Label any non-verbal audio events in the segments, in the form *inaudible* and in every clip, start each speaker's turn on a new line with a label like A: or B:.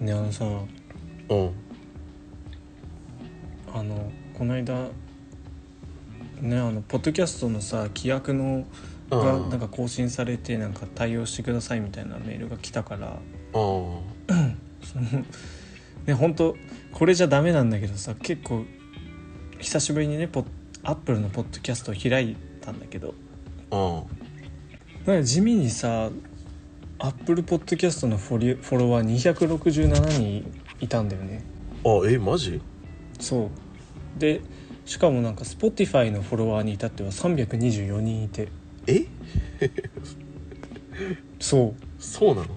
A: ねあのさ
B: うん
A: あのこの間ねあのポッドキャストのさ規約のが
B: うん
A: なんか更新されてなんか対応してくださいみたいなメールが来たから
B: うん
A: そのね本当これじゃダメなんだけどさ結構久しぶりにねポッアップルのポッドキャストを開いたんだけど
B: うん
A: なんか地味にさアップルポッドキャストのフォリフォロワー267人いたんだよね
B: あえマジ
A: そうでしかもなんか Spotify のフォロワーに至っては324人いて
B: え
A: そう
B: そうなの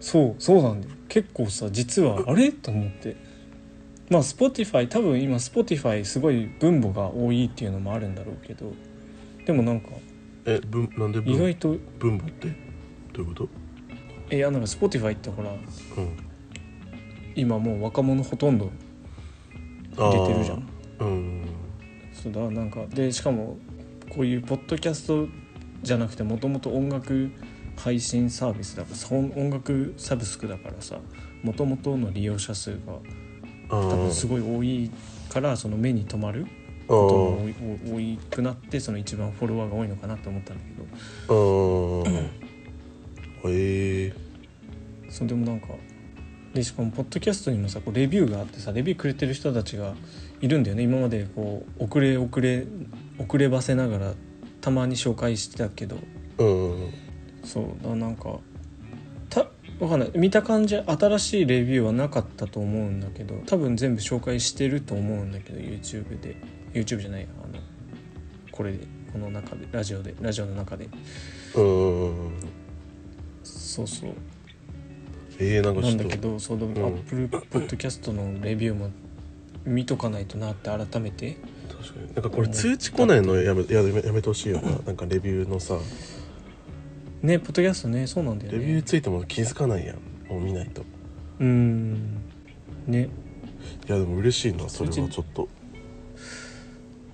A: そうそうなんだよ結構さ実はあれと思ってまあ Spotify 多分今 Spotify すごい分母が多いっていうのもあるんだろうけどでもなんか
B: えぶんなんで
A: 意
B: 分
A: 外と
B: 分母ってどういうこ
A: いやなんか Spotify ってほら
B: とうん
A: 今もう若者ほとんど
B: あー
A: 入れてるじゃん
B: うん
A: そうだなんかでしかもこういうポッドキャストじゃなくてもともと音楽配信サービスだからそ音楽サブスクだからさもともとの利用者数が
B: あ
A: 多分す
B: ー
A: ごい多いからその目に留まる
B: あ
A: ことも
B: ー
A: 多い多い多くなってその一番フォロワーが多いのかなと思ったんだけ
B: あーえー
A: どそうでもなんかでしかもポッドキャストにもさこうレビューがあってさレビューくれてる人たちがいるんだよね今までこう遅れ遅れ遅ればせながらたまに紹介してたけど
B: うん
A: そうだなんかたわかんない見た感じ新しいレビューはなかったと思うんだけど多分全部紹介してると思うんだけど YouTube で YouTube じゃないあのこれでこの中でラジオでラジオの中で
B: うん
A: そうそう
B: えー、なんか
A: な
B: ち
A: ん
B: ょ
A: だ
B: っ
A: け
B: と
A: どそうでも Apple Podcast のレビューも見とかないとなって改めて
B: 確かになんかこれ通知来ないのやめやめやめてほしいよななんかレビューのさ
A: ねポッドキャストねそうなんだよ
B: レ
A: ね
B: ビューついても気づかないやんもう見ないという
A: ーんね
B: やでも嬉しいなそれはちょっと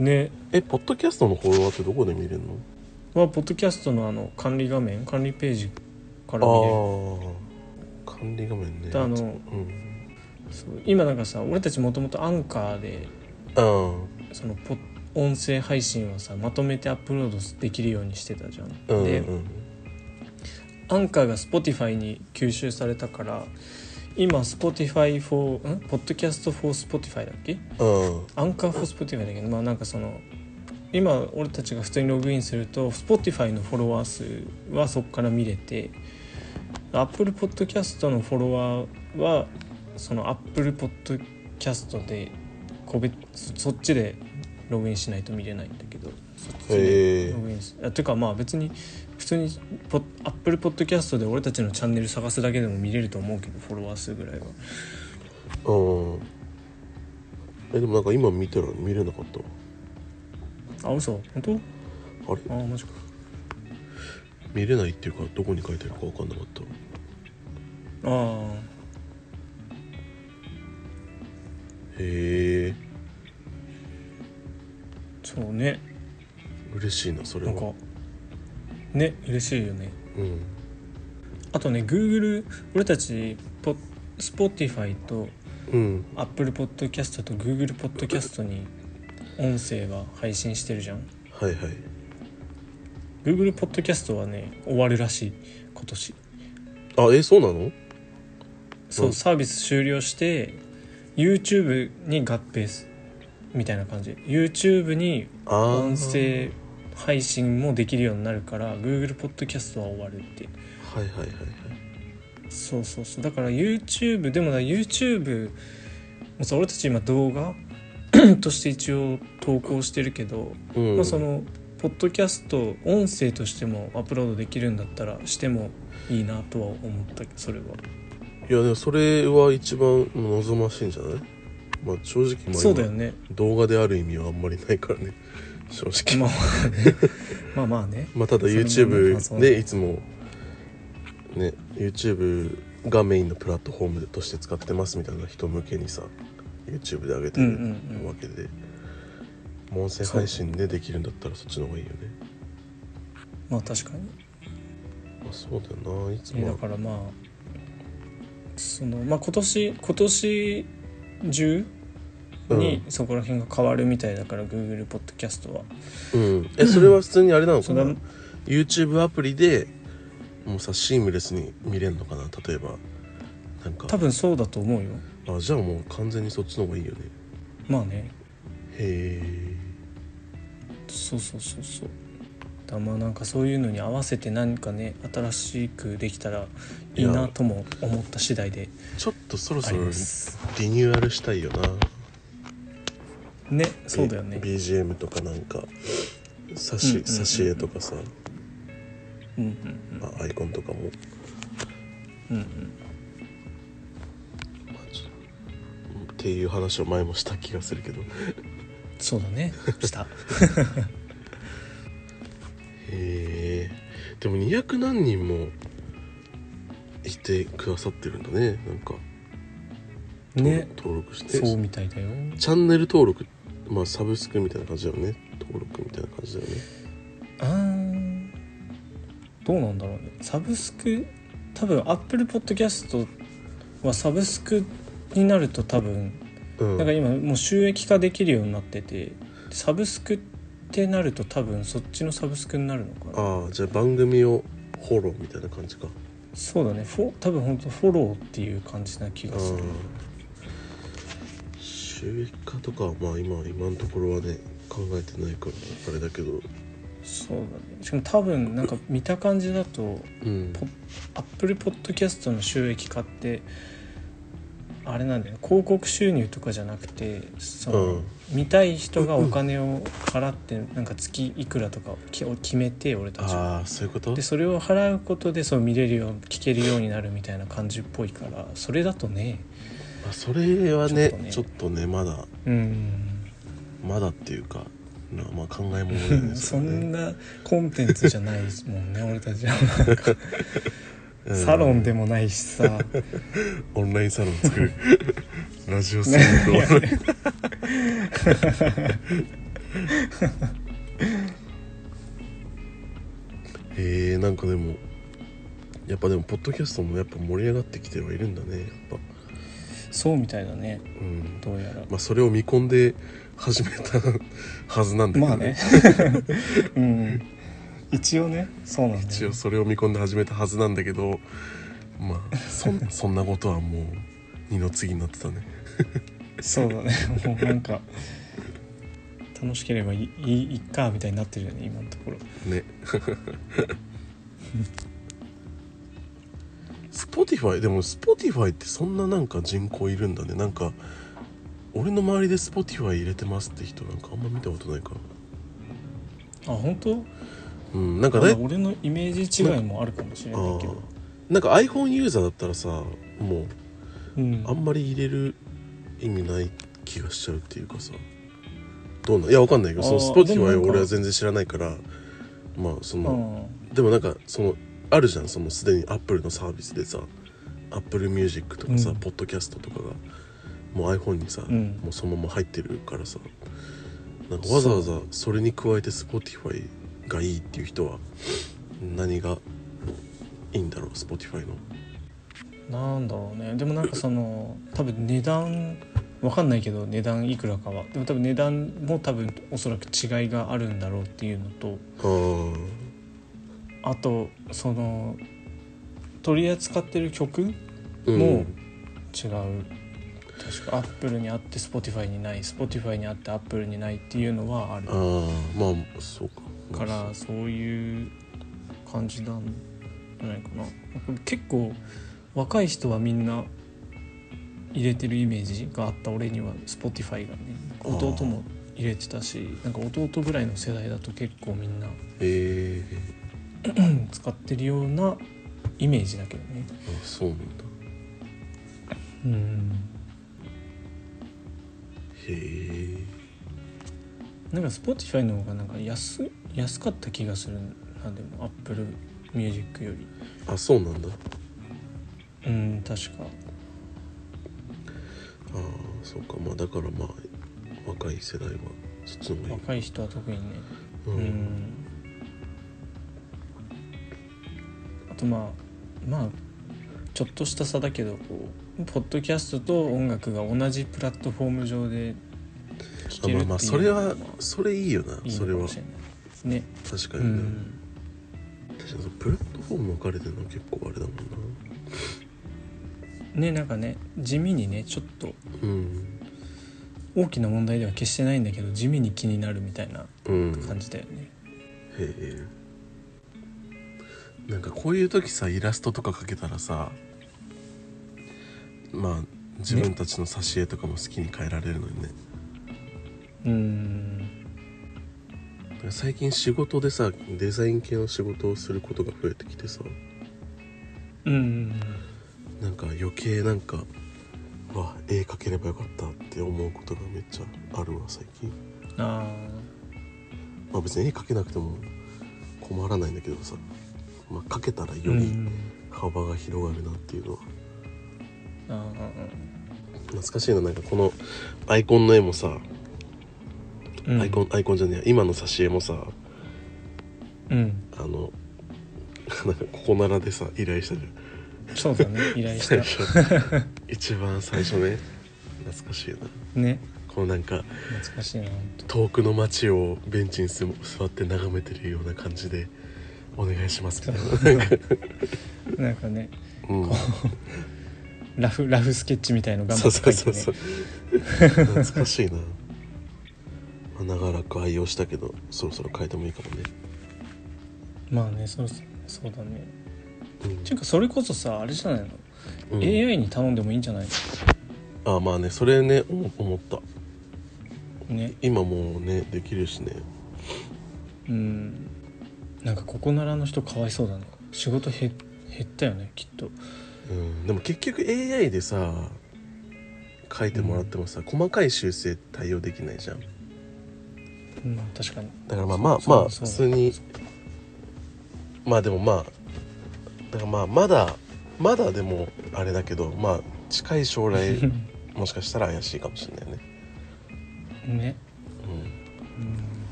A: ね
B: えポッドキャストのフォロワーってどこで見れるの
A: はポッドキャストのあの管理画面管理ページから見れる
B: ああ管理画面ね
A: あ
B: う
A: の
B: ん
A: そう今なんかさ俺たちもともとアンカーで
B: あ
A: そのポ音声配信をさまとめてアップロードできるようにしてたじゃん、
B: ーうん
A: で
B: うん
A: アンカーが Spotify に吸収されたから今 Spotify for んポッドキャスト for Spotify だっけ
B: うん
A: アンカー for Spotify だけどまあなんかその今俺たちが普通にログインすると Spotify のフォロワー数はそこから見れて Apple Podcast のフォロワーはその Apple Podcast で個別そそっちでログインしないと見れないんだけどそっち
B: へ
A: で
B: え
A: ログインすあてかまあ別に普通にポ Apple Podcast で俺たちのチャンネル探すだけでも見れると思うけどフォロワー数ぐらいは
B: うんえでもなんか今見たら見れなかったわ
A: あ嘘本
B: あれ
A: 当あマジか
B: 見れないっていうかどこに書いてあるか分かんなかった
A: ああ
B: へえ
A: そうね
B: 嬉しいなそれ
A: な
B: は
A: んかね嬉しいよね
B: うん
A: あとね Google 俺たちポ Spotify と
B: うん
A: Apple Podcast と Google Podcast に音声は配信してるじゃん
B: はいはい
A: Google Podcast はね終わるらしい今年
B: あえそうなの
A: そう、
B: うん
A: サービス終了して YouTube に合併すみたいな感じ YouTube に
B: あー
A: 音声配信もできるようになるから Google Podcast は終わるって
B: はいはいはいはい
A: そうそうそうだから YouTube でもな YouTube もうさ俺 *coughs* たち今動画として一応投稿してるけど、
B: うん
A: まあ、そのポッドキャスト音声としてもアップロードできるんだったらしてもいいなとは思ったそれは、
B: いやでもそれは一番望ましいんじゃないまあ正直まあ
A: そうだよね
B: 今動画である意味はあんまりないからね正直
A: まあまあまあね
B: まあただ
A: それもねまあ
B: YouTube
A: そうだね
B: でいつもね YouTube がメインのプラットフォームとして使ってますみたいな人向けにさ YouTube で上げて
A: うんうんう
B: る
A: ん
B: わけで、もう音声配信でできるんだったらそっちの方がいいよね
A: まあ確かに
B: まあそうだよないつ
A: えだ
B: も
A: からまあそのまあ今年今年中にそこら辺が変わるみたいだから、Google ポッドキャストは
B: うんえそれは普通にあれなのかな
A: それ
B: YouTube アプリでもうさシームレスに見れるのかな例えばなんか
A: 多分そうだと思うよ
B: あじゃあもう完全にそっちの方がいいよね
A: まあね
B: へ
A: そうそうそうそうだからまあなんかそういうのに合わせて何かね新しくできたらいい
B: い
A: な
B: や
A: とも思った次第で
B: えちょっとそろ
A: あ
B: そ
A: り
B: ろ
A: ます
B: リニューアルしたいよな
A: ねそうだよね
B: B- BGM とかなんか挿
A: うんうんう
B: し
A: ん
B: 挿絵とかさ、
A: うんうん
B: あアイコンとかも、
A: うんうんうん
B: まあちょっていう話を前もした気がするけどへ
A: そうだね *laughs* した
B: えでも200何人もいてくださってるんだねなんか
A: ね
B: 登録して
A: そうみたいだよ
B: チャンネル登録まあサブスクみたいな感じだよね登録みたいな感じだよね
A: あーどうなんだろうねサブスク多分アップルポッドキャストはサブスクになると多分
B: うん
A: なんか今もう収益化できるようになっててサブスクってなると多分そっちのサブスクになるのかな
B: ああじゃあ番組をフォローみたいな感じか
A: そうだねフォ多分本当フォローっていう感じな気
B: あ
A: がする
B: あ収益化とかはまあ今今のところはね考えてないからあれだけど
A: そうだねしかも多分なんか見た感じだと
B: うん
A: ポアップルポッドキャストの収益化ってあれなんだよね広告収入とかじゃなくてその、
B: うん
A: 見たい人がお金を払ってなんか月いくらとかをきを決めて俺たちは
B: ああそういうこと
A: でそれを払うことでそう見れるよう聞けるようになるみたいな感じっぽいからそれだとね
B: まあ、それはねちょ
A: ちょ
B: っ
A: っ
B: とねまだ
A: うん
B: まだっていうかなまあ考えものだよね
A: そ
B: *laughs* それね
A: んなコンテンツじゃないもんね俺たちはなん *laughs* か
B: うん
A: サロンでもないしさ
B: オンラインサロン作
A: *laughs*
B: るラジオサロンのオンラインえー、なんかでもやっぱでもポッドキャストもやっぱ盛り上がってきてはいるんだねやっぱ
A: そうみたいだね
B: うん
A: どうやら
B: まあそれを見込んで始めたはずなんだけ
A: ま
B: ど
A: あね *laughs* うん一応ねそうなんだよね
B: 一応それを見込んで始めたはずなんだけどまあそん *laughs* そんなことはもう二の次になってたね
A: そうだねもうなんか楽しければいいいいいっかみたいになってるよね今のところ
B: ね Spotify でも Spotify ってそんななんか人口いるんだねなんか俺の周りで Spotify 入れてますって人なんかあんま見たことないから
A: あ本当
B: うんなんか
A: ま
B: ね
A: あ俺のイメージ違いもあるかもしれ
B: あ
A: ないけど
B: ーなんか iPhone ユーザーだったらさもう
A: うん
B: あんまり入れる意味ない気がしちゃうっていうかさどうなんいやわかんないけどその
A: あーでもなん
B: Spotify
A: か
B: 俺は全然知らないからまあその、
A: うん
B: でもなんかそのあるじゃんそのすでにアップルのサービスでさアップルミュージックとかさ、
A: うん
B: ポッドキャストとかがもう iPhone にさ、
A: うん
B: もうそのまま入ってるからさなんかわざわざそれに加えて Spotify がいいっていう人は何がいいんだろう Spotify の
A: なんだろうねでもなんかその多分値段わかんないけど値段いくらかはでも多分値段も多分おそらく違いがあるんだろうっていうのと
B: あー
A: あとその取り扱ってる曲
B: うん
A: も違う確かアップルにあって Spotify にない Spotify にあってアップルにないっていうのはある
B: あーまあそうか
A: からそういう感じなんじゃないかなこれ結構若い人はみんな入れてるイメージがあった俺には Spotify がね
B: あー
A: 弟も入れてたしなんか弟ぐらいの世代だと結構みんな
B: ええ
A: うん使ってるようなイメージだけどね
B: あそうなんだ
A: うん
B: へえ
A: なんか Spotify の方がなんか安安かった気がするなでも Apple Music より
B: あそうなんだ
A: うん確か
B: ああそうかまあだからまあ若い世代はそっちの方がいい
A: 若い人は特にね
B: う、
A: うんんあとまあまあちょっとした差だけどこうポッドキャストと音楽が同じプラットフォーム上で聴
B: あ
A: けるっていう
B: まあまあそれ
A: の
B: は
A: がまあ
B: それいいよない
A: い
B: それ
A: のか
B: は
A: もしれないね
B: 確か
A: う
B: にね、
A: ん
B: 確かにそのプラットフォーム分かれてるの結構あれだもんな
A: ねなんかね地味にねちょっと
B: うん
A: 大きな問題では決してないんだけど地味に気になるみたいな
B: うん
A: 感じだよね、
B: へえなんかこういう時さイラストとか描けたらさまあ自分たちの挿絵とかも好きに変えられるのにね
A: うーん
B: だから最近仕事でさデザイン系の仕事をすることが増えてきてさ
A: うん
B: なんか余計なんかうわ絵描ければよかったって思うことがめっちゃあるわ最近
A: あ
B: まあ別に絵描けなくても困らないんだけどさ、まあ、描けたらよ
A: ーう
B: り
A: ん
B: 幅が広がるなっていうのは
A: あー
B: 懐かしいななんかこのアイコンの絵もさ
A: うん
B: アイコンアイコンじゃねえや今の挿絵もさ
A: うん
B: あの *laughs* なんかここならでさ依頼したじゃん
A: そうだね依頼し
B: 最
A: *laughs* た
B: 初 *laughs* 一番最初ね懐かしいな
A: ね
B: こうなんか
A: 懐かしいな本
B: 遠くの街をベンチにす座って眺めてるような感じでお願いしますみたいななんか、
A: 当なんかね
B: うん、
A: ラフラフスケッチみたいの頑
B: そ
A: 張っ
B: う
A: て
B: そ
A: 描
B: う
A: いて
B: そ
A: ね
B: うそう懐かしいな、まあ、長らく愛用したけどそろそろ変えてもいいかもね、
A: まあねそうそうだね
B: うん
A: ていうかそれこそさあれじゃないの、
B: うん
A: AI に頼んでもいいんじゃない
B: あまあねそれね思思った
A: のね
B: 今もうねできるしね
A: うんなんかここならの人かわいそうだな仕事へ減ったよねきっと
B: うん、でも結局 AI でさ書いてもらってもさ、細かい修正対応できないじゃん
A: うん確かに
B: だからまあまあ
A: そう
B: まあ
A: そ
B: 普
A: う
B: 通にまあでもまあだからまあまだまだでもあれだけどまあ近い将来
A: *laughs*
B: もしかしたら怪しいかもしれないね、
A: *laughs* ね
B: うん、
A: うん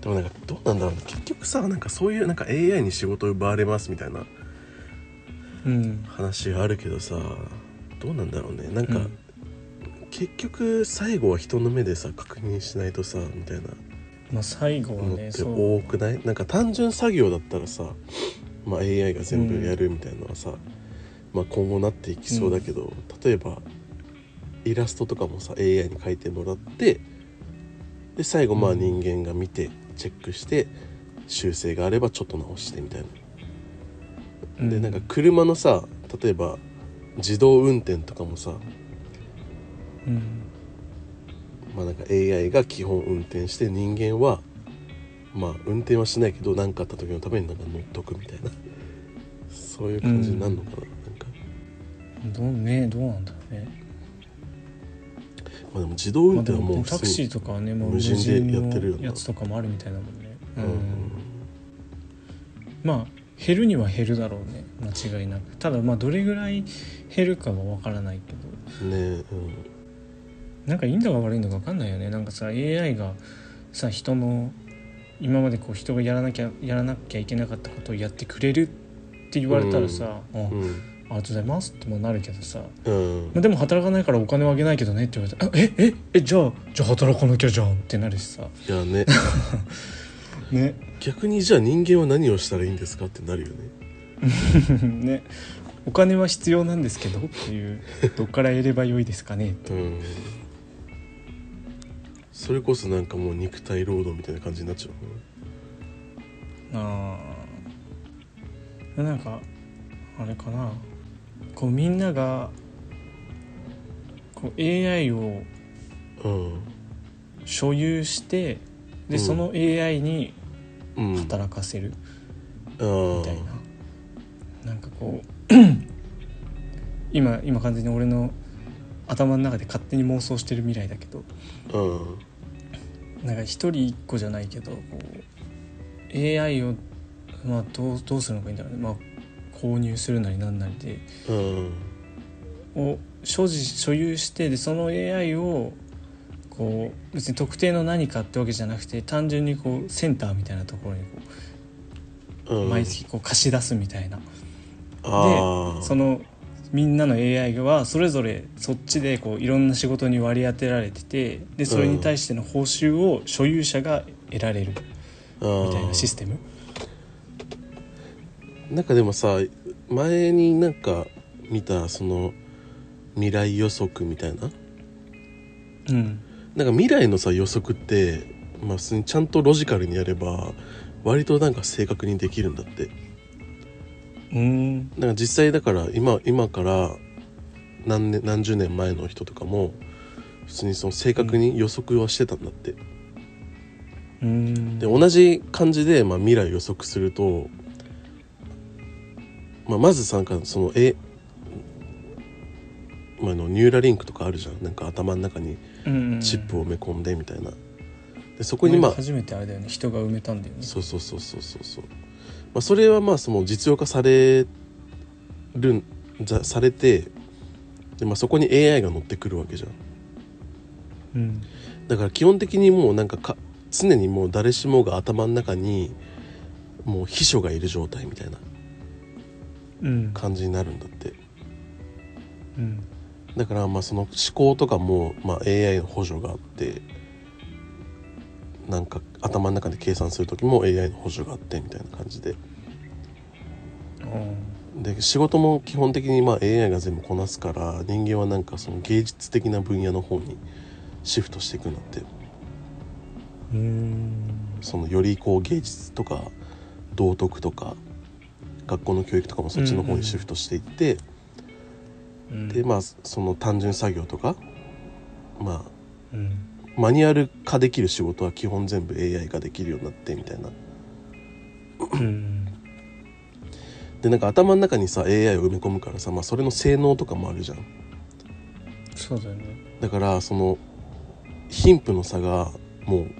B: でもなんかどうなんだろうね結局さなんかそういうなんか AI に仕事を奪われますみたいな
A: うん
B: 話があるけどさどうなんだろうねなんか、
A: うん
B: 結局最後は人の目でさ確認しないとさみたいな
A: まあ最後は
B: のっ
A: ね
B: て
A: そう
B: 多くない、なんか単純作業だったらさ、まあ、AI が全部やるみたいなのはさ、まあ、今後なっていきそうだけど、例えばイラストとかもさ AI に描いてもらってで最後まあ
A: うん
B: 人間が見てチェックして修正があればちょっと直してみたいな。でなんか車のさ例えば自動運転とかもさ、
A: うん
B: まあ、なんか AI が基本運転して人間はまあ運転はしないけど何かあった時のためになんか乗っとくみたいなそういう感じになるのかな,、なんか
A: どうねどうなんだろうね、
B: まあ、でも自動運
A: まあ、で
B: 転はもう
A: も
B: 普
A: タク
B: 通
A: シ
B: に
A: ーとかはねもう
B: 無
A: 無
B: 人で
A: 人
B: やってるよ
A: の
B: な
A: やつとかもあるみたいだもんね
B: う
A: うんん、まあ減るには減るだろうね間違いなくただまあどれぐらい減るかは分からないけど
B: ね
A: なんかいいのが悪いのか分かんないよねなんかさ AI がさ人の今までこう人がやらなきゃやらなきゃいけなかったことをやってくれるって言われたらさ「あ
B: うん
A: ありがとうございます」ってもなるけどさ、
B: うん、う
A: まあ、
B: ん、
A: でも働かないからお金をあげないけどねって言われたら「あえええじゃあじゃあ働かなきゃじゃん」ってなるしさ
B: いやね
A: ね
B: 逆にじゃあ人間は何をしたらいいんですかってなるよね
A: *laughs* ねお金は必要なんですけどっていうどっから得ればよいですかねっ
B: *laughs*
A: て
B: うんそれこそなんかもう肉体労働みたいな感じになっちゃうのかな
A: あーなんかあれかなこうみんながこう AI を
B: うん
A: 所有してで、
B: うん
A: その AI に
B: うん
A: 働かせる
B: うん
A: みたいな、なんかこう *clears throat* 今今完全に俺の頭の中で勝手に妄想してる未来だけど
B: うん
A: なんか一人一個じゃないけどこう AI を、まあ、どうどうするのがいいんだろうね、まあ、購入するなりなんなりで
B: うん
A: を所持所有してでその AI をこう別に特定の何かってわけじゃなくて単純にこうセンターみたいなところにこ
B: う
A: うん毎月こう貸し出すみたいな、
B: ああ
A: そのみんなの AI はそれぞれそっちでこういろんな仕事に割り当てられててでそれに対しての報酬を所有者が得られるみたいなシステム。
B: なんかでもさ前になんか見たその未来予測みたいな
A: うん
B: なんか未来のさ予測って、まあ、普通にちゃんとロジカルにやれば割となんか正確にできるんだって
A: うん
B: なんか実際だから今今から何年何十年前の人とかも普通にその正確に予測はしてたんだって、
A: うん
B: で同じ感じで、まあ、未来予測すると、まあ、まずさなんかそのえ、まあ、あのニューラリンクとかあるじゃんなんか頭の中にチップ
A: を
B: を埋め込んでみたいなでそ
A: こ
B: こにまあ
A: 初めてあれだよね人が埋めたんだよね。
B: そうそうそうそうそうそう、まあ、それはまあその実用化されるんざされてで、まあ、そこに AI が乗ってくるわけじゃん
A: うん
B: だから基本的にもうなんかか常にもう誰しもが頭の中にもう秘書がいる状態みたいな
A: うん
B: 感じになるんだって
A: うん
B: だからまあその思考とかもまあ AI の補助があってなんか頭の中で計算する時も AI の補助があってみたいな感じでで仕事も基本的にまあ AI が全部こなすから人間はなんかその芸術的な分野の方にシフトしていくんだって
A: うん
B: そのよりこう芸術とか道徳とか学校の教育とかもそっちの方にシフトしていって、
A: うん
B: でまあその単純作業とかま
A: うん
B: あマニュアル化できる仕事は基本全部 AI ができるようになってみたいな
A: うん
B: でなんか頭の中にさ AI を埋め込むからさ、まあ、それの性能とかもあるじゃん
A: そうだよね。
B: だからその貧富の差がもう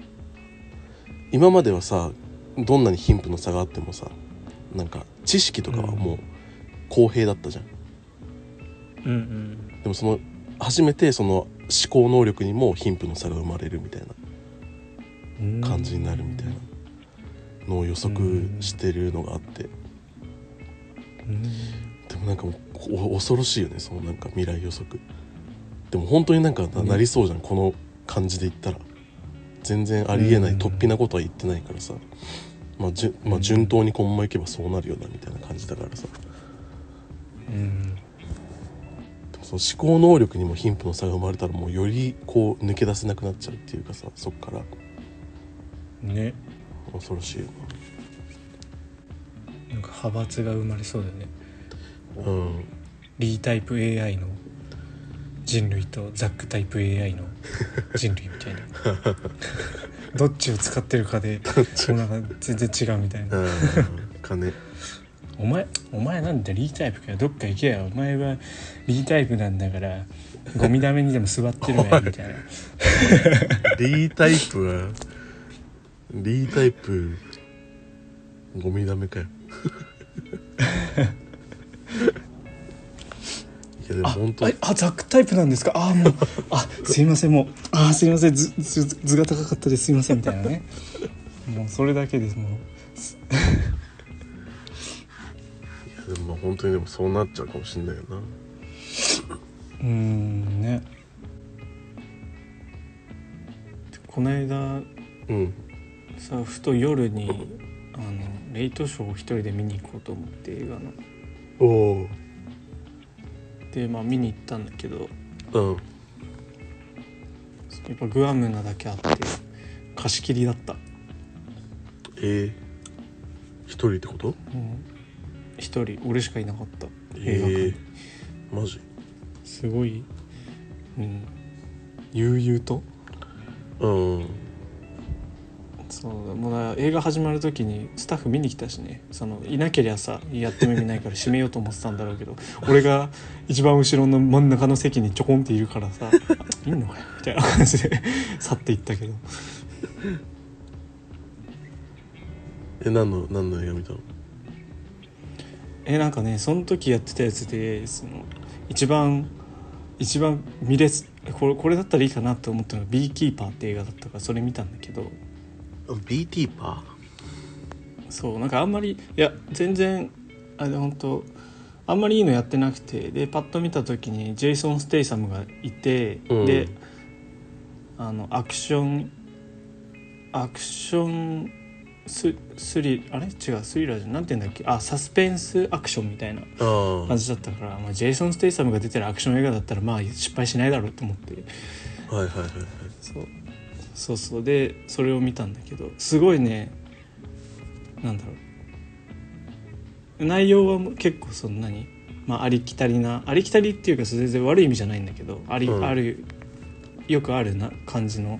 B: 今まではさどんなに貧富の差があってもさなんか知識とかはもう公平だったじゃん、
A: うん
B: でもその初めてその思考能力にも貧富の差が生まれるみたい
A: うん
B: な感じになるみたいなのを予測してるのがあって
A: うん
B: でもなんかもうお恐ろしいよねそのなんか未来予測でも本当になんかななりそうじゃん、この感じで言ったら全然ありえな
A: う
B: い
A: ん
B: 突飛なことは言ってないからさ、まあじゅまあ、順当にこのままいけばそうなるよなみたいな感じだからさ
A: うん
B: でもその思考能力にも貧富の差が生まれたらもうよりこう抜け出せなくなっちゃうっていうかさそっから
A: ね
B: 恐ろしいよ
A: なんか派閥が生まれそうだよね。
B: なうん
A: リータイプ AI の人類とザックタイプ AI の人類みたいなどっちを使ってるかでもうなんか全然違うみたいな
B: *laughs* 金
A: お前お前なんだリータイプかよどっか行けよお前はリータイプなんだからゴミだめにでも座ってるわ
B: *laughs*
A: よみたいな
B: D タイプは D タイプゴミダメ *laughs* かよいやでも
A: あ
B: 本当
A: ああザックタイプなんですかああもうあすいませんもうああすいませんずず図が高かったですすいませんみたいなねもうそれだけですも
B: い
A: う
B: やでも本当にでもそうなっちゃうかもしれないよな
A: うーんねこの間
B: うん
A: さふと夜にあのレイトショーを一人で見に行こうと思って映画の
B: おお
A: でまあ見に行ったんだけど
B: うん
A: やっぱグアムなだけあって貸し切りだった、
B: えー、一人ってこと
A: うん、一人俺しかいなかった映画館
B: えー、マジ
A: すごい、うん、悠々と
B: うん
A: そうだもうだから映画始まる時にスタッフ見に来たしねそのいなけりゃさやっても意味ないから閉めようと思ってたんだろうけど *laughs* 俺が一番後ろの真ん中の席にちょこんっているからさ「いいのかよ」みたいな感じで去っていったけど
B: え何の何の映画見たの
A: えなんかねその時やってたやつでその一番一番見れすこれこれだったらいいかなと思ったのが「ビーキーパー」って映画だったからそれ見たんだけど
B: BT パ
A: そうなんかあんまりいや全然あれ本当あんまりいいのやってなくてでパッと見た時にジェイソン・ステイサムがいて、
B: うん
A: であのアクションアクションススリあれ違うスリラーじゃんなんて言うんだっけあサスペンスアクションみたいな
B: ーあ
A: 感じだったから、まあ、ジェイソン・ステイサムが出てるアクション映画だったらまあ失敗しないだろうと思って
B: あはいはいはいはい
A: そうそうそうでそれを見たんだけどすごいねなんだろう内容はもう結構そんなに、まあ、ありきたりなありきたりっていうか全然悪い意味じゃないんだけどあり、
B: うん
A: あるよくあるな感じの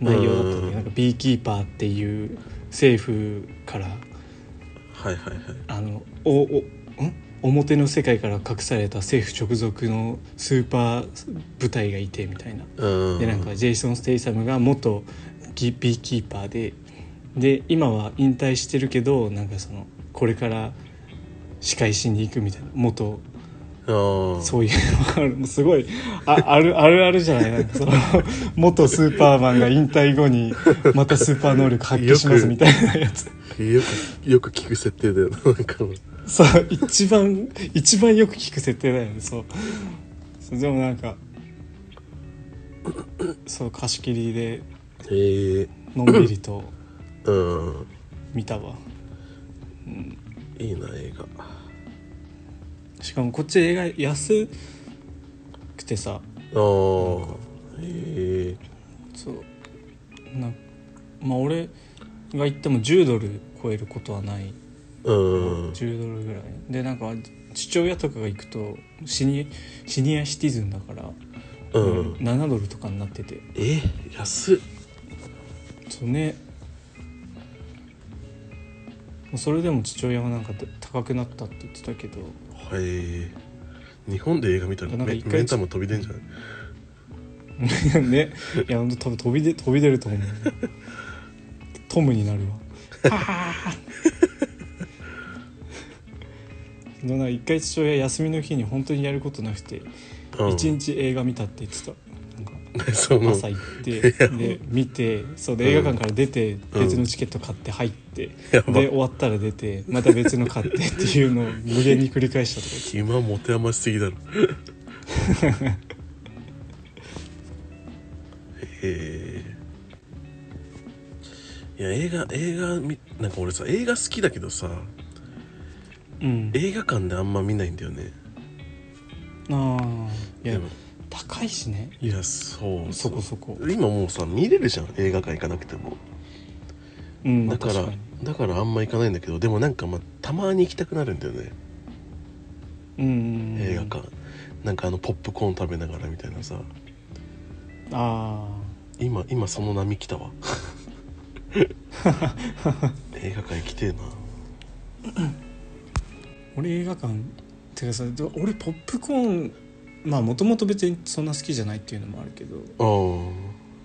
A: 内容だったんだけ
B: うん
A: どなんかビーキーパーっていう政府から
B: はいはいはい
A: あのおおん表の世界から隠された政府直属のスーパー部隊がいてみたいな
B: うん
A: でなんかジェイソン・ステイサムが元ギビーキーパーでで今は引退してるけどなんかそのこれから仕返しに行くみたいな元
B: あー
A: そういうの *laughs* すごいああるあるあるじゃないなんかその元スーパーマンが引退後にまたスーパー能力発揮しますみたいなやつ
B: *laughs* よくよく聞く設定だよな *laughs* なんか
A: そう一番一番よく聞く設定だよねそうそうでもなんかそう貸し切りで
B: へえ
A: のんびりと
B: うん
A: 見たわ
B: いいな映画
A: しかもこっち映画安くて
B: あ
A: さ
B: ーへえ
A: そうなまあ俺が行っても10ドル超えることはない、
B: うん
A: 10ドルぐらいでなんか父親とかが行くとシニシニアシティズンだから、
B: うん
A: 7ドルとかになってて
B: え安っ
A: そうねもうそれでも父親はなんか高くなったって言ってたけど
B: *laughs* はい日本で映画見たら
A: なんか
B: め
A: 一回
B: 目ん玉飛び出んじゃない
A: ねいやほんと多分飛びで飛び出ると思うトムになるわ *laughs* でもなんか一回父親休みの日に本当にやることなくて
B: うん
A: 一日映画見たって言ってたなん
B: *laughs*
A: か
B: その
A: 朝行ってで見てそうで映画館から出て
B: うん
A: 別のチケット買って入って
B: やば
A: で終わったら出てまた別の買ってっていうのを無限に繰り返したとか言って
B: 今持て余しすぎ
A: *laughs*
B: だろへえいや映画映画みなんか俺さ映画好きだけどさ
A: うん
B: 映画館であんま見ないんだよね
A: ああい
B: で
A: や
B: も
A: 高いしね
B: いやそう
A: そうこそこ
B: 今もうさ見れるじゃん映画館行かなくても
A: うん
B: だから
A: 確に
B: だからあんま行かないんだけどでもなんかまあたまに行きたくなるんだよね
A: 映
B: 映画館なんかあのポップコーン食べながらみたいなさ
A: あ
B: 今今その波来たわ *laughs* 映画館行きてえな
A: あ俺映画館てかさで俺ポップコーンまあもともと別にそんな好きじゃないっていうのもあるけど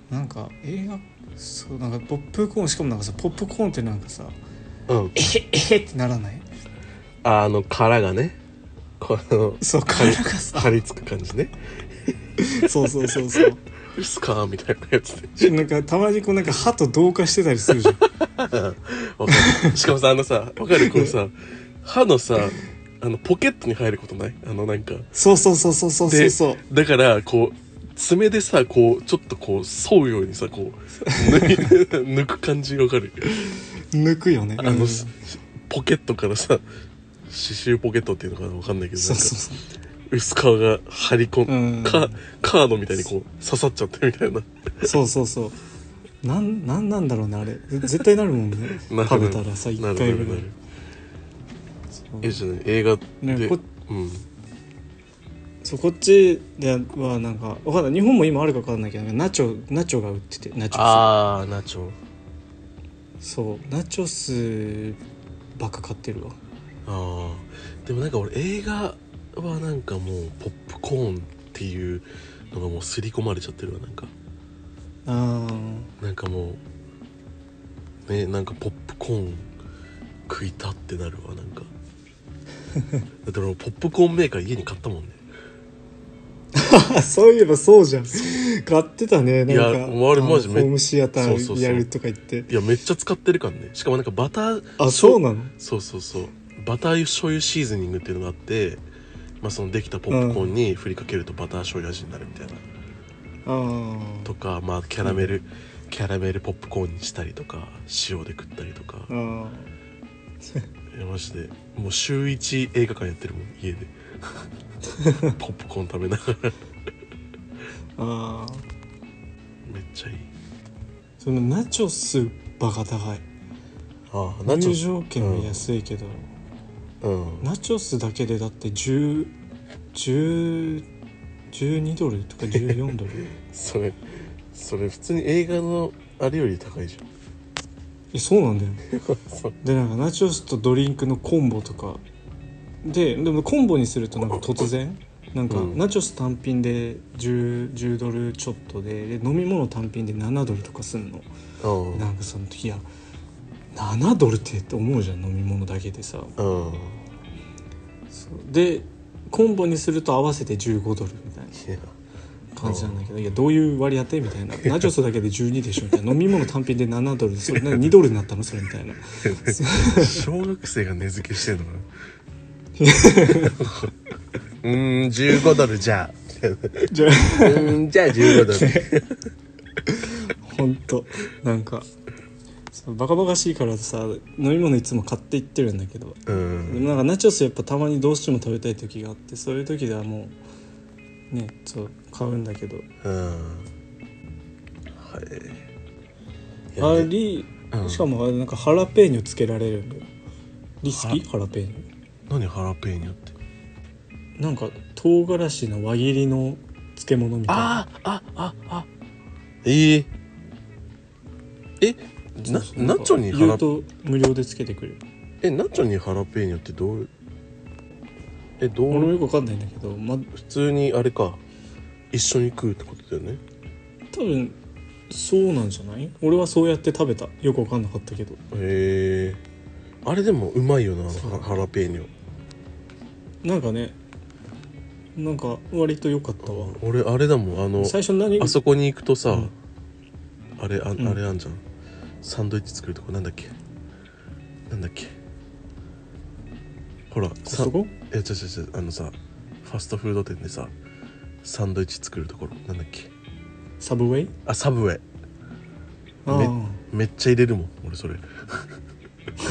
B: あ
A: なんか映画そうなんかポップコーンしかもなんかさポップコーンってなんかさ
B: あうん
A: えへえへってならない
B: あの殻がねこの
A: そう殻がさ
B: 張り付く感じね
A: そうそうそうそう
B: 「うっすか?」みたいなやつで
A: なんかたまにこうなんか歯と同化してたりするじゃん
B: わかるしかもさあのさわかるこのさ歯のさあのポケットに入ることないあのなんか
A: そうそうそうそうそうそうそう
B: だからこう爪でさこうちょっとこう沿うようにさこう *laughs* 抜い抜く感じわかる
A: 抜くよね
B: あ
A: う
B: の、
A: ん
B: し
A: そう
B: ポケットからさ刺繍ポケットっていうのかなわかんないけど
A: そ
B: な
A: うん
B: か
A: そう
B: 薄皮が張り込
A: うんん
B: カカードみたいにこう刺さっちゃってみたいな
A: そうそうそうなんなんなんだろうねあれ絶対なるもんね
B: なる
A: *laughs* 食べたらさ一
B: な
A: 回
B: る
A: ぐら
B: なるないる
A: そう
B: えじゃない映画で、
A: ねこ
B: うん
A: そうこっちではなんかわかんない日本も今あるかわかんないけどなんかナチョナチョが売っててナチョ
B: ああナチョ
A: スそうナチョスばっか買ってるわ
B: ああでもなんか俺映画はなんかもうポップコーンっていうのがもう刷り込まれちゃってるわなんか
A: あ
B: なんかもうねなんかポップコーン食いたってなるわなんか *laughs* だって俺ポップコーンメーカー家に買ったもんね
A: あ *laughs* そういえばそうじゃん買ってたねなんか
B: いや俺マジ
A: あの
B: めっ
A: ホームシアタ
B: そうそうそ
A: ー
B: う
A: やるとか言って
B: いやめっちゃ使ってるからねしかもなんかバター
A: あそうなの
B: そうそうそうバター醤油シーズニングっていうのがあって、まあ、そのできたポップコーンに振りかけるとバター醤油味になるみたいな、
A: あ
B: とか、まあ、キャラメル、キャラメルポップコーンにしたりとか塩で食ったりとか、
A: あああ
B: いやマジでもう週一映画館やってるもん家でポップコーン食べながら
A: ああ
B: めっちゃいい
A: そのナチョスバカ高い
B: ああ
A: 入場券は安いけど、
B: うん
A: ナチョスだけでだって10 10 12ドルとか14ドル
B: それそれ普通に映画のあれより高いじゃ
A: えそうなんだよ
B: んそう
A: でなんかナチョスとドリンクのコンボとかででもコンボにするとなんか突然なんか
B: うん
A: ナチョス単品で 10, 10ドルちょっとでで飲み物単品で7ドルとかすんの
B: うん
A: なんかその時いや7ドルってって思うじゃん飲み物だけでさ
B: うん
A: そうでコンボにすると合わせて15ドルみたいな
B: や
A: い感じなんだけど、いやどういう割り当てみたいなナチョスだけで12でしょみたいな飲み物単品で7ドルそれな2ドルになったのそれみたいな
B: 小学生が値付けしてんのかなうーん15ドルじゃあ
A: じゃ
B: うーんじゃあ15ドル
A: あほんとなんかそうバカバカしいからさ飲み物いつも買っていってるんだけど
B: うん
A: でもなんかナチョスやっぱたまにどうしても食べたい時があってそういう時ではもうねそう買うんだけど
B: うんはいいや
A: あ
B: ね
A: り、
B: うん
A: しかもあれなんかハラペーニョつけられるんだよリスキハラペーニョ
B: 何ハラペーニョって
A: なんか唐辛子の輪切りの漬物みたいな
B: ああああえええなナチョにハ
A: 言う
B: ラ
A: と無料でつけてくれる
B: えナチョにハラペーニョってどうえど
A: 俺も
B: う
A: よくわかんないんだけどま
B: 普通にあれか一緒に食うってことだよね
A: 多分そうなんじゃない俺はそうやって食べたよくわかんなかったけど
B: へえあれでもうまいよな
A: そう
B: ハハラペーニョ
A: なんかねなんか割と良かったわ
B: 俺あれだもんあの
A: 最初何
B: あそこに行くとさ、
A: うん
B: あれああ
A: ん
B: れあんじゃん、サンドイッチ作るとこなんだっけなんだっけほらさ
A: そこ
B: え違う違う違うあのさファストフード店でさサンドイッチ作るところなんだっけ
A: サブウェイ
B: あサブウェイ
A: あ
B: めっちゃ入れるもん俺それ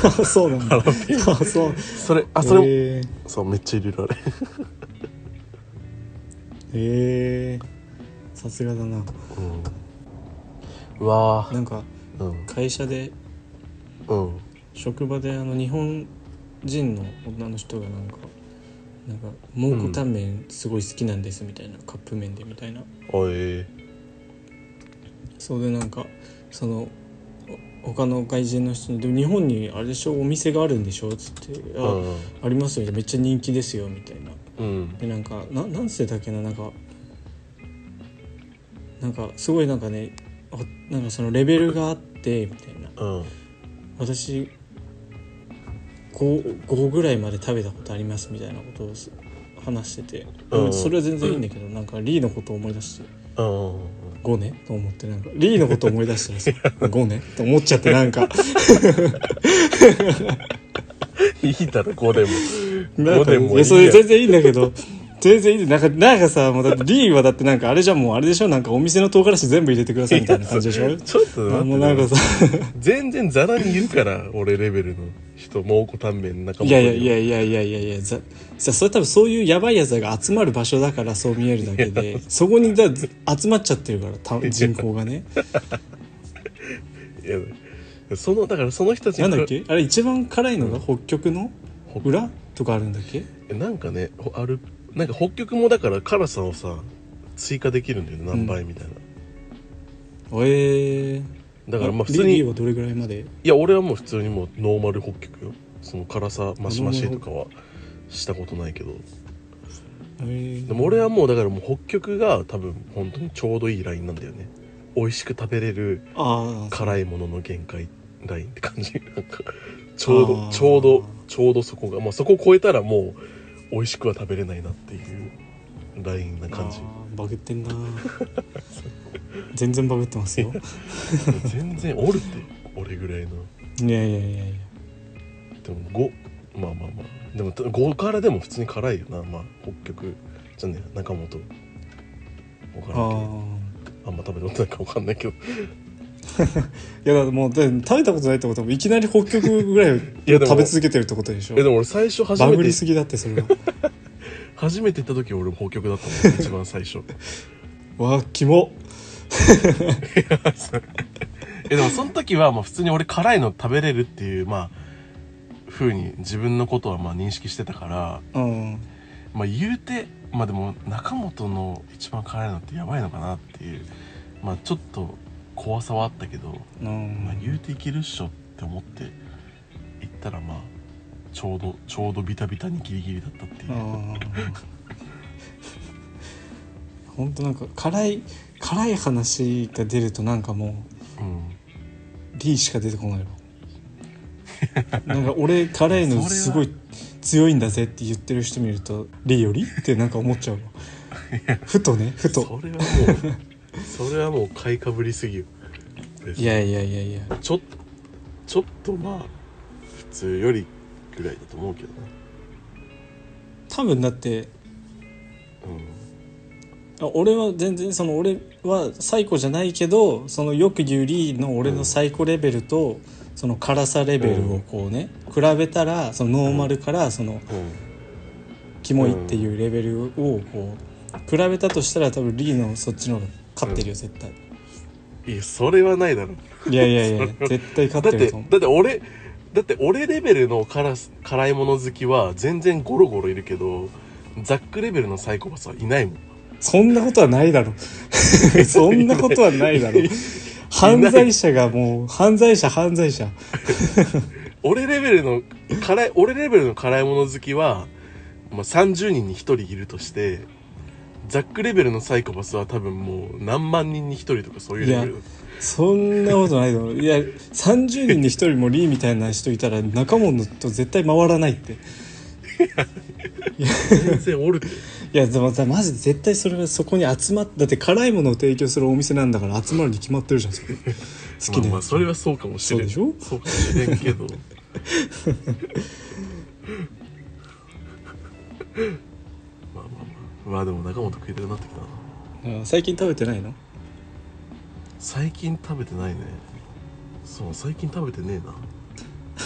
A: あ *laughs* そうなんだあそう
B: それあそれも、
A: へ
B: そうめっちゃ入れるあれ
A: えへえさすがだな
B: うんうわ
A: なんか
B: ーうん
A: 会社で
B: うん
A: 職場であの日本人の女の人がなんかなんか蒙古タンメンすごい好きなんですみたいな、カップ麺でみたいな
B: おい
A: それでなんかそのお他の外人の人に「でも日本にあれでしょお店があるんでしょ」っつって「あ,、
B: うん
A: ありますよ」めっちゃ人気ですよ」みたいな
B: うん
A: でなんかななんつってたっけななんかなんかすごいなんかねあなんかそのレベルがあってみたいな
B: うん
A: 私 5, 5ぐらいまで食べたことありますみたいなことをす話してて、
B: うん
A: それは全然いいんだけどなんかリーのことを思い出して
B: うんうん
A: 「5ね」と思ってなんかリーのことを思い出したらさ
B: *laughs*
A: 「5ね」と思っちゃってなんか
B: いいだろ5でも
A: *laughs* なん
B: 5
A: か
B: で
A: い
B: もい
A: やそ
B: い
A: れ
B: や
A: 全然いいんだけど全然いいんだなんかなんかさもうだってリーはだってなんかあれじゃんもうあれでしょなんかお店の唐辛子全部入れてくださいみたいな感じでしょ
B: ちょっと待って
A: もうなんかさ *laughs*
B: 全然ザラにいるから俺レベルの人蒙古タンメン仲間
A: いやいやいやいやいやいやいやざさそれ多分そういうやばいやつらが集まる場所だからそう見えるだけでそこにだ集まっちゃってるからた人口がね
B: いやそのだからその人たち
A: な
B: に
A: んだっけあれ一番辛いのが北極の
B: 北
A: 裏とかあるんだっけ
B: えなんかねほアルなんか北極もだから辛さをさ追加できるんだよね何倍みたいな、
A: ええ
B: だからまあ普
A: リ
B: 通
A: リ
B: に
A: ーはどれぐらいまで
B: いや俺はもう普通にもうノーマル北極よその辛さマシマシとかはしたことないけど
A: えー
B: でも俺はもうだからもう北極が多分本当にちょうどいいラインなんだよね美味しく食べれる
A: ああ
B: 辛いものの限界ラインって感じなんかちょう
A: あ
B: ど
A: ー
B: ちょうどちょうどそこが、まあ、そこを超えたらもう美味しくは食べれないなっていうラインな感じ
A: あーバグってんな *laughs* 全然バグってますよ
B: 全然おるって俺ぐらいの
A: いやいやいやいや
B: でも5まあまあまあでも5からでも普通に辛いよなまあ北極じゃねえ中本わから
A: あ
B: んけど
A: あ
B: あんま食べたことないかわかんないけど
A: いやだってもうだって食べたことないってことはもういきなり北極ぐらいを
B: いやでも
A: 食べ続けてるってことでしょ
B: えでも俺最初初
A: バ
B: め
A: グり
B: て
A: すぎだって
B: *laughs*
A: それは
B: 初めて行った時俺北極だったもん一番最初
A: *laughs* わあキモ
B: えでもその時はまあ普通に俺辛いの食べれるっていうまあ風に自分のことはまあ認識してたから
A: うん
B: まあ言うてまあでも中本の一番辛いのってやばいのかなっていうまあちょっと怖さはあったけど
A: うん
B: まあ、言うていけるっしょって思って行ったらまあちょうどちょうどビタビタにギリギリだったっていう
A: あ本当なんか辛い辛い話が出るとなんかも
B: うん
A: うリーしか出てこないのなんか俺辛いのすごい強いんだぜって言ってる人見るとリーよりってなんか思っちゃうわふとねふと
B: それはもうそれはもう買いかぶりすぎよ
A: いやいやいやいや
B: ちょっちょっとまあ普通よりぐらいだと思うけどね
A: 多分だって
B: うん
A: あ俺は全然その俺は最古じゃないけどそのよく言うリーの俺の最古レベルと、その辛さレベルをこうね、比べたらそのノーマルからそのキモいっていうレベルをこう比べたとしたら多分リーのそっちの方が勝ってるよ絶対、
B: うんいやそれはないだろ
A: いやいやいや絶対勝
B: だ
A: っ
B: ってて
A: ると思う
B: だって俺だって俺レベルの辛す辛いもの好きは全然ゴロゴロいるけどザックレベルのサイコパスはいないもん
A: そんなことはな
B: *laughs*
A: いだろそんなことはないだろ犯罪者がもう犯罪者犯罪者
B: 俺レベルの辛い俺レベルの辛いもの好きは、まあ、30人に1人いるとしてザックレベルのサイコパスは多分もう何万人に1人とかそういうレベル
A: いやそんなことないだろういや30人に1人もリーみたいな人いたら中本と絶対回らないってい
B: 全然おるって
A: やでもさマジで絶対それはそこに集まっだって辛いものを提供するお店なんだから集まるに決まってるじゃんそれ好き
B: まあ
A: な
B: ま
A: や
B: あ
A: つ
B: それはそうかもしれん
A: そうでしょ
B: そうかもしれんけ
A: *laughs*
B: どまあまあまあまあでも中本食いたくなってきたな
A: うん最近食べてないの
B: 最近食べてないねそう最近食べてね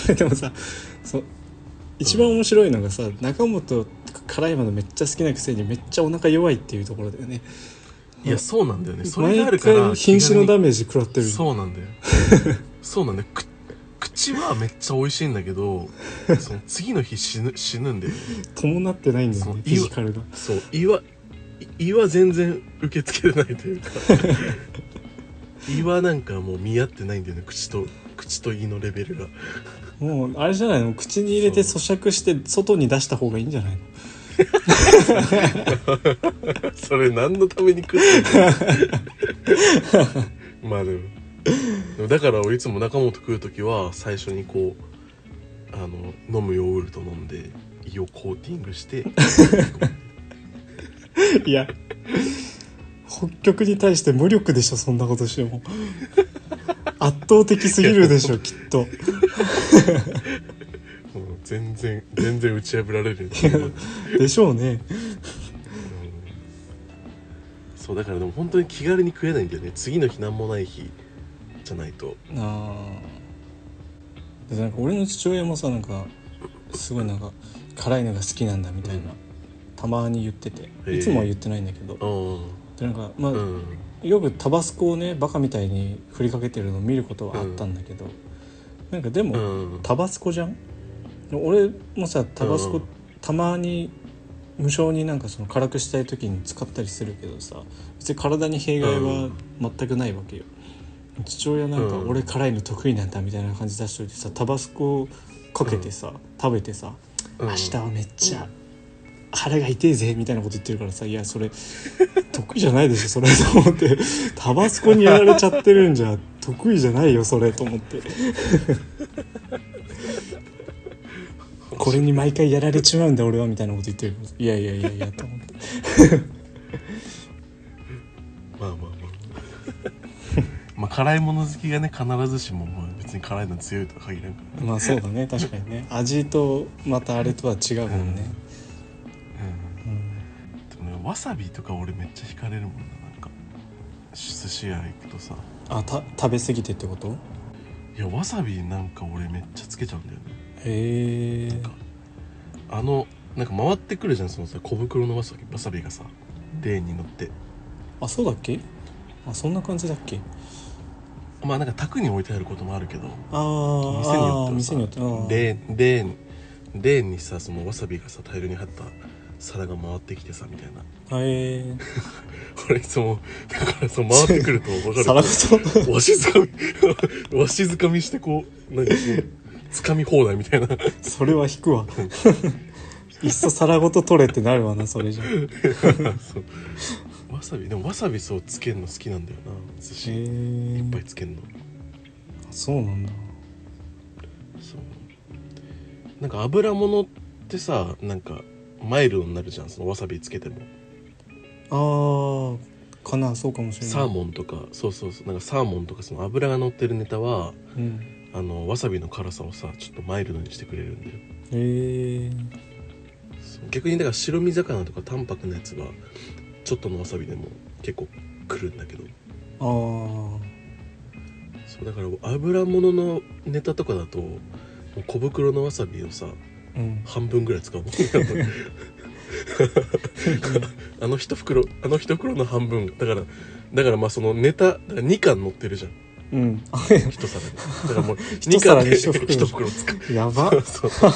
B: えな
A: *laughs* でもさそう一番面白いのがさ中本辛いものめっちゃ好きなくせにめっちゃお腹弱いっていうところだよね
B: いやそうなんだよねそれがあ
A: 毎
B: るから
A: 回瀕
B: 気
A: 死の
B: 軽に
A: ダメージ食らってる
B: そうなんだ
A: *laughs*
B: よそうなんだよく口はめっちゃ美味しいんだけどその次の日死ぬ死ぬんだよね
A: 伴ってないんだよ
B: そう
A: ねフィジカルが
B: そう胃は胃胃は全然受け付けてないというか胃はなんかもう見合ってないんだよね口と口と胃のレベルが
A: もうあれじゃないの口に入れて咀嚼して外に出した方がいいんじゃないの
B: それ何のために食ってんのまあでもでもだから俺いつも中本食う時は最初にこうあの飲むヨーグルト飲んで胃をコーティングして
A: いや北極に対して無力でしょそんなことしても圧倒的すぎるでしょきっと
B: うん全然全然打ち破られるうん
A: でしょうね
B: そうだからでも本当に気軽に食えないんだよね次の日何もない日じゃないと
A: ああなんか俺の父親もさなんかすごいなんか辛いのが好きなんだみたいな、たまに言ってて
B: え
A: いつもは言ってないんだけど、
B: うん
A: でなんかまあ、
B: うん
A: よくタバスコをねバカみたいに振りかけてるのを見ることはあったんだけど、なんかで
B: う
A: も、
B: ん
A: タバスコじゃん俺もさタバスコたまに無償になんかその辛くしたい時に使ったりするけどさ別に体に弊害は全くないわけよ、父親なんか
B: うん
A: 俺辛いの得意なんだみたいな感じ出しといてさタバスコかけてさ、食べてさ、
B: うん
A: 明日はめっちゃ腹が痛えぜみたいなこと言ってるからさいやそれ *laughs* 得意じゃないでしょそれと思ってタバスコにやられちゃってるんじゃ得意じゃないよそれと
B: *laughs*
A: 思ってこれに毎回やられちまうんだ俺はみたいなこと言ってるからいやいやいやいやと思って
B: まあ *laughs* まあまあまあ辛いもの好きがね必ずしももう別に辛いの強いとは限らんからね
A: まあそうだね確かにね味とまたあれとは違うもんね、うん
B: でもねわさびとか俺めっちゃ惹かれるもんななんか寿司屋行くとさ
A: あた食べ過ぎてってことへ
B: いやわさびなんか俺めっちゃつけちゃうんだよね
A: え
B: あのなんか回ってくるじゃんそのさ小袋のわさびわさびがさレーンに乗って
A: あそうだっけあそんな感じだっけ
B: まあなんか卓に置いてあることもあるけど
A: あー
B: 店によってはさ
A: あー店によってあー
B: レーンレーンレーンにさそのわさびがさ大量に入った皿が回ってきてさみたいな *laughs*
A: へ
B: 俺いつもだからその回ってくると分か
A: え
B: る
A: 皿ごと *laughs*
B: わしづかみ *laughs* わしづかみしてこう何こうつかみ放題みたいな *laughs*
A: それは引くわ *laughs* いっそ皿ごと取れってなるわなそれじゃへ
B: そうわさびでもわさびそうつけんの好きなんだよな寿司いっ
A: え
B: ぱいつけんの
A: そうなんだ
B: そうなんか油物ってさなんかマイルドになるじゃんそのわさびつけても
A: あーかなそうかもしれない
B: サーモンとかそうそうそうなんかサーモンとかその油が乗ってるネタは
A: うん
B: あのわさびの辛さをさちょっとマイルドにしてくれるんだよ
A: へえ
B: そう逆にだから白身魚とか淡白なやつはちょっとのわさびでも結構くるんだけど
A: あー
B: そうだから油物のネタとかだともう小袋のわさびをさ
A: うん
B: 半分ぐらい使うもんねやっぱり *laughs* あの一袋あの一袋の半分だからだからまあそのネタだから2貫乗ってるじゃん
A: うん
B: 一皿にだからもう
A: 一
B: 2
A: 皿
B: 貫
A: に
B: で
A: 一袋
B: 一袋使う
A: やば
B: そうそ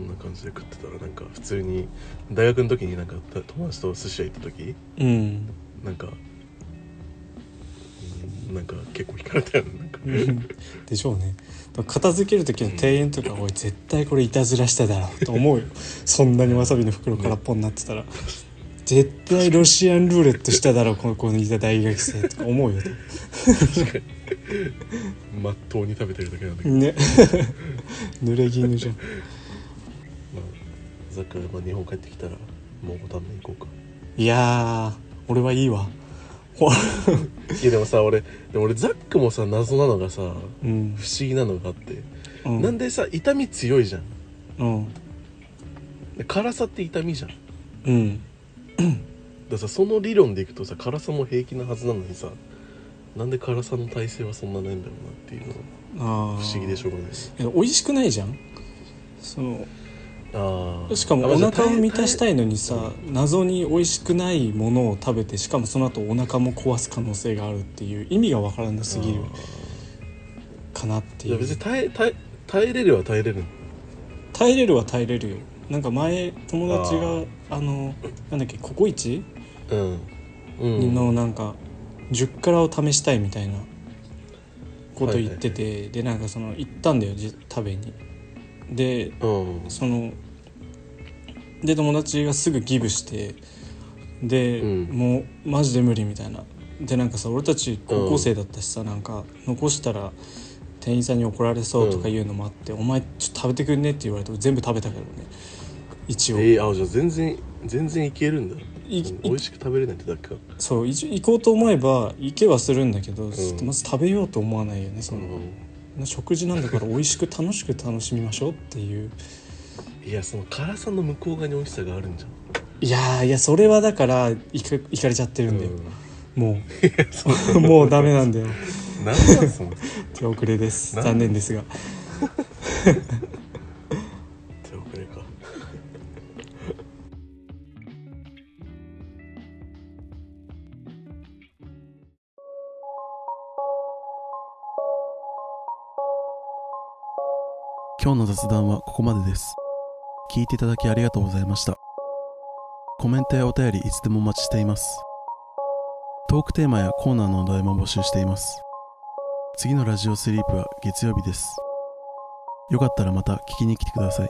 B: んな感じで食ってたらなんか普通に大学の時になんか友達と寿司屋行った時
A: うん
B: なんかうんなんか結構引かれたよねなんか
A: *laughs* でしょうねだから片付ける時の庭園とか、おい絶対これいたずらしただろうと思うよそんなにわさびの袋空っぽになってたら、絶対ロシアンルーレットしただろうこの子にいた大学生とか思うよ
B: まっとうに食べてるだけなんだけど、
A: ね *laughs* 濡れ衣じゃん
B: まあ、ざっくり、まあ、日本帰ってきたらもうタンメン行こうか
A: いやー俺はいいわ *laughs*
B: い
A: ほ
B: やでもさ俺でも俺ザックもさ謎なのがさ不思
A: うん、
B: 議なのがあって、
A: うん、
B: なんでさ痛み強いじゃん
A: うん
B: で辛さって痛みじゃんだか
A: うん
B: らさその理論でいくとさ辛さも平気なはずなのにさなんで辛さの耐性はそんなないんだろうなっていうのが
A: ああ
B: 不思議でしょうがない
A: ょ美味しくないじゃんその
B: あ
A: しかもお腹を満たした
B: い
A: いのにさ謎に美味しくないものを食べてしかもその後お腹も壊す可能性があるっていう意味がわからなすぎるかなっ
B: い
A: てい
B: や
A: う
B: 別に耐え耐え耐えれるは耐えれる
A: 耐えれるは耐えれるよなんか前友達
B: あ
A: があのなんだっけココイチ
B: うんうん
A: のなんか10辛を試したいみたいなこと言ってて、でなんかその行ったんだよじ食べにで
B: うん
A: そので友達がすぐギブしてで、
B: うん
A: もうマジで無理みたいなでなんかさ俺たち高校生だったしさ、なんか残したら店員さんに怒られそうとかいうのもあって「お前ちょっと食べてくんね」って言われて全部食べたけどね一応、
B: えー、あじゃあ全然全然いけるんだ
A: い
B: うん
A: い
B: 美味しく食べれないってだけか
A: そう一応行こうと思えば行けはするんだけど、ちょっと
B: うん
A: まず食べようと思わないよねそ
B: うん
A: の、食事なんだから美味しく楽しく楽しみましょうっていう
B: いやその辛さの向こう側に美味しさがあるんじゃん
A: いやーいやそれはだからいかいかれちゃってるんだよ、
B: う
A: もう *laughs* もうダメなんだよ
B: んなんなんその
A: 手遅れです
B: なん
A: 残念ですが
B: 手遅れか
C: 今日の雑談はここまでです聞いていただきありがとうございましたコメントやお便りいつでもお待ちしていますトークテーマやコーナーのお題も募集しています次のラジオスリープは月曜日ですよかったらまた聞きに来てください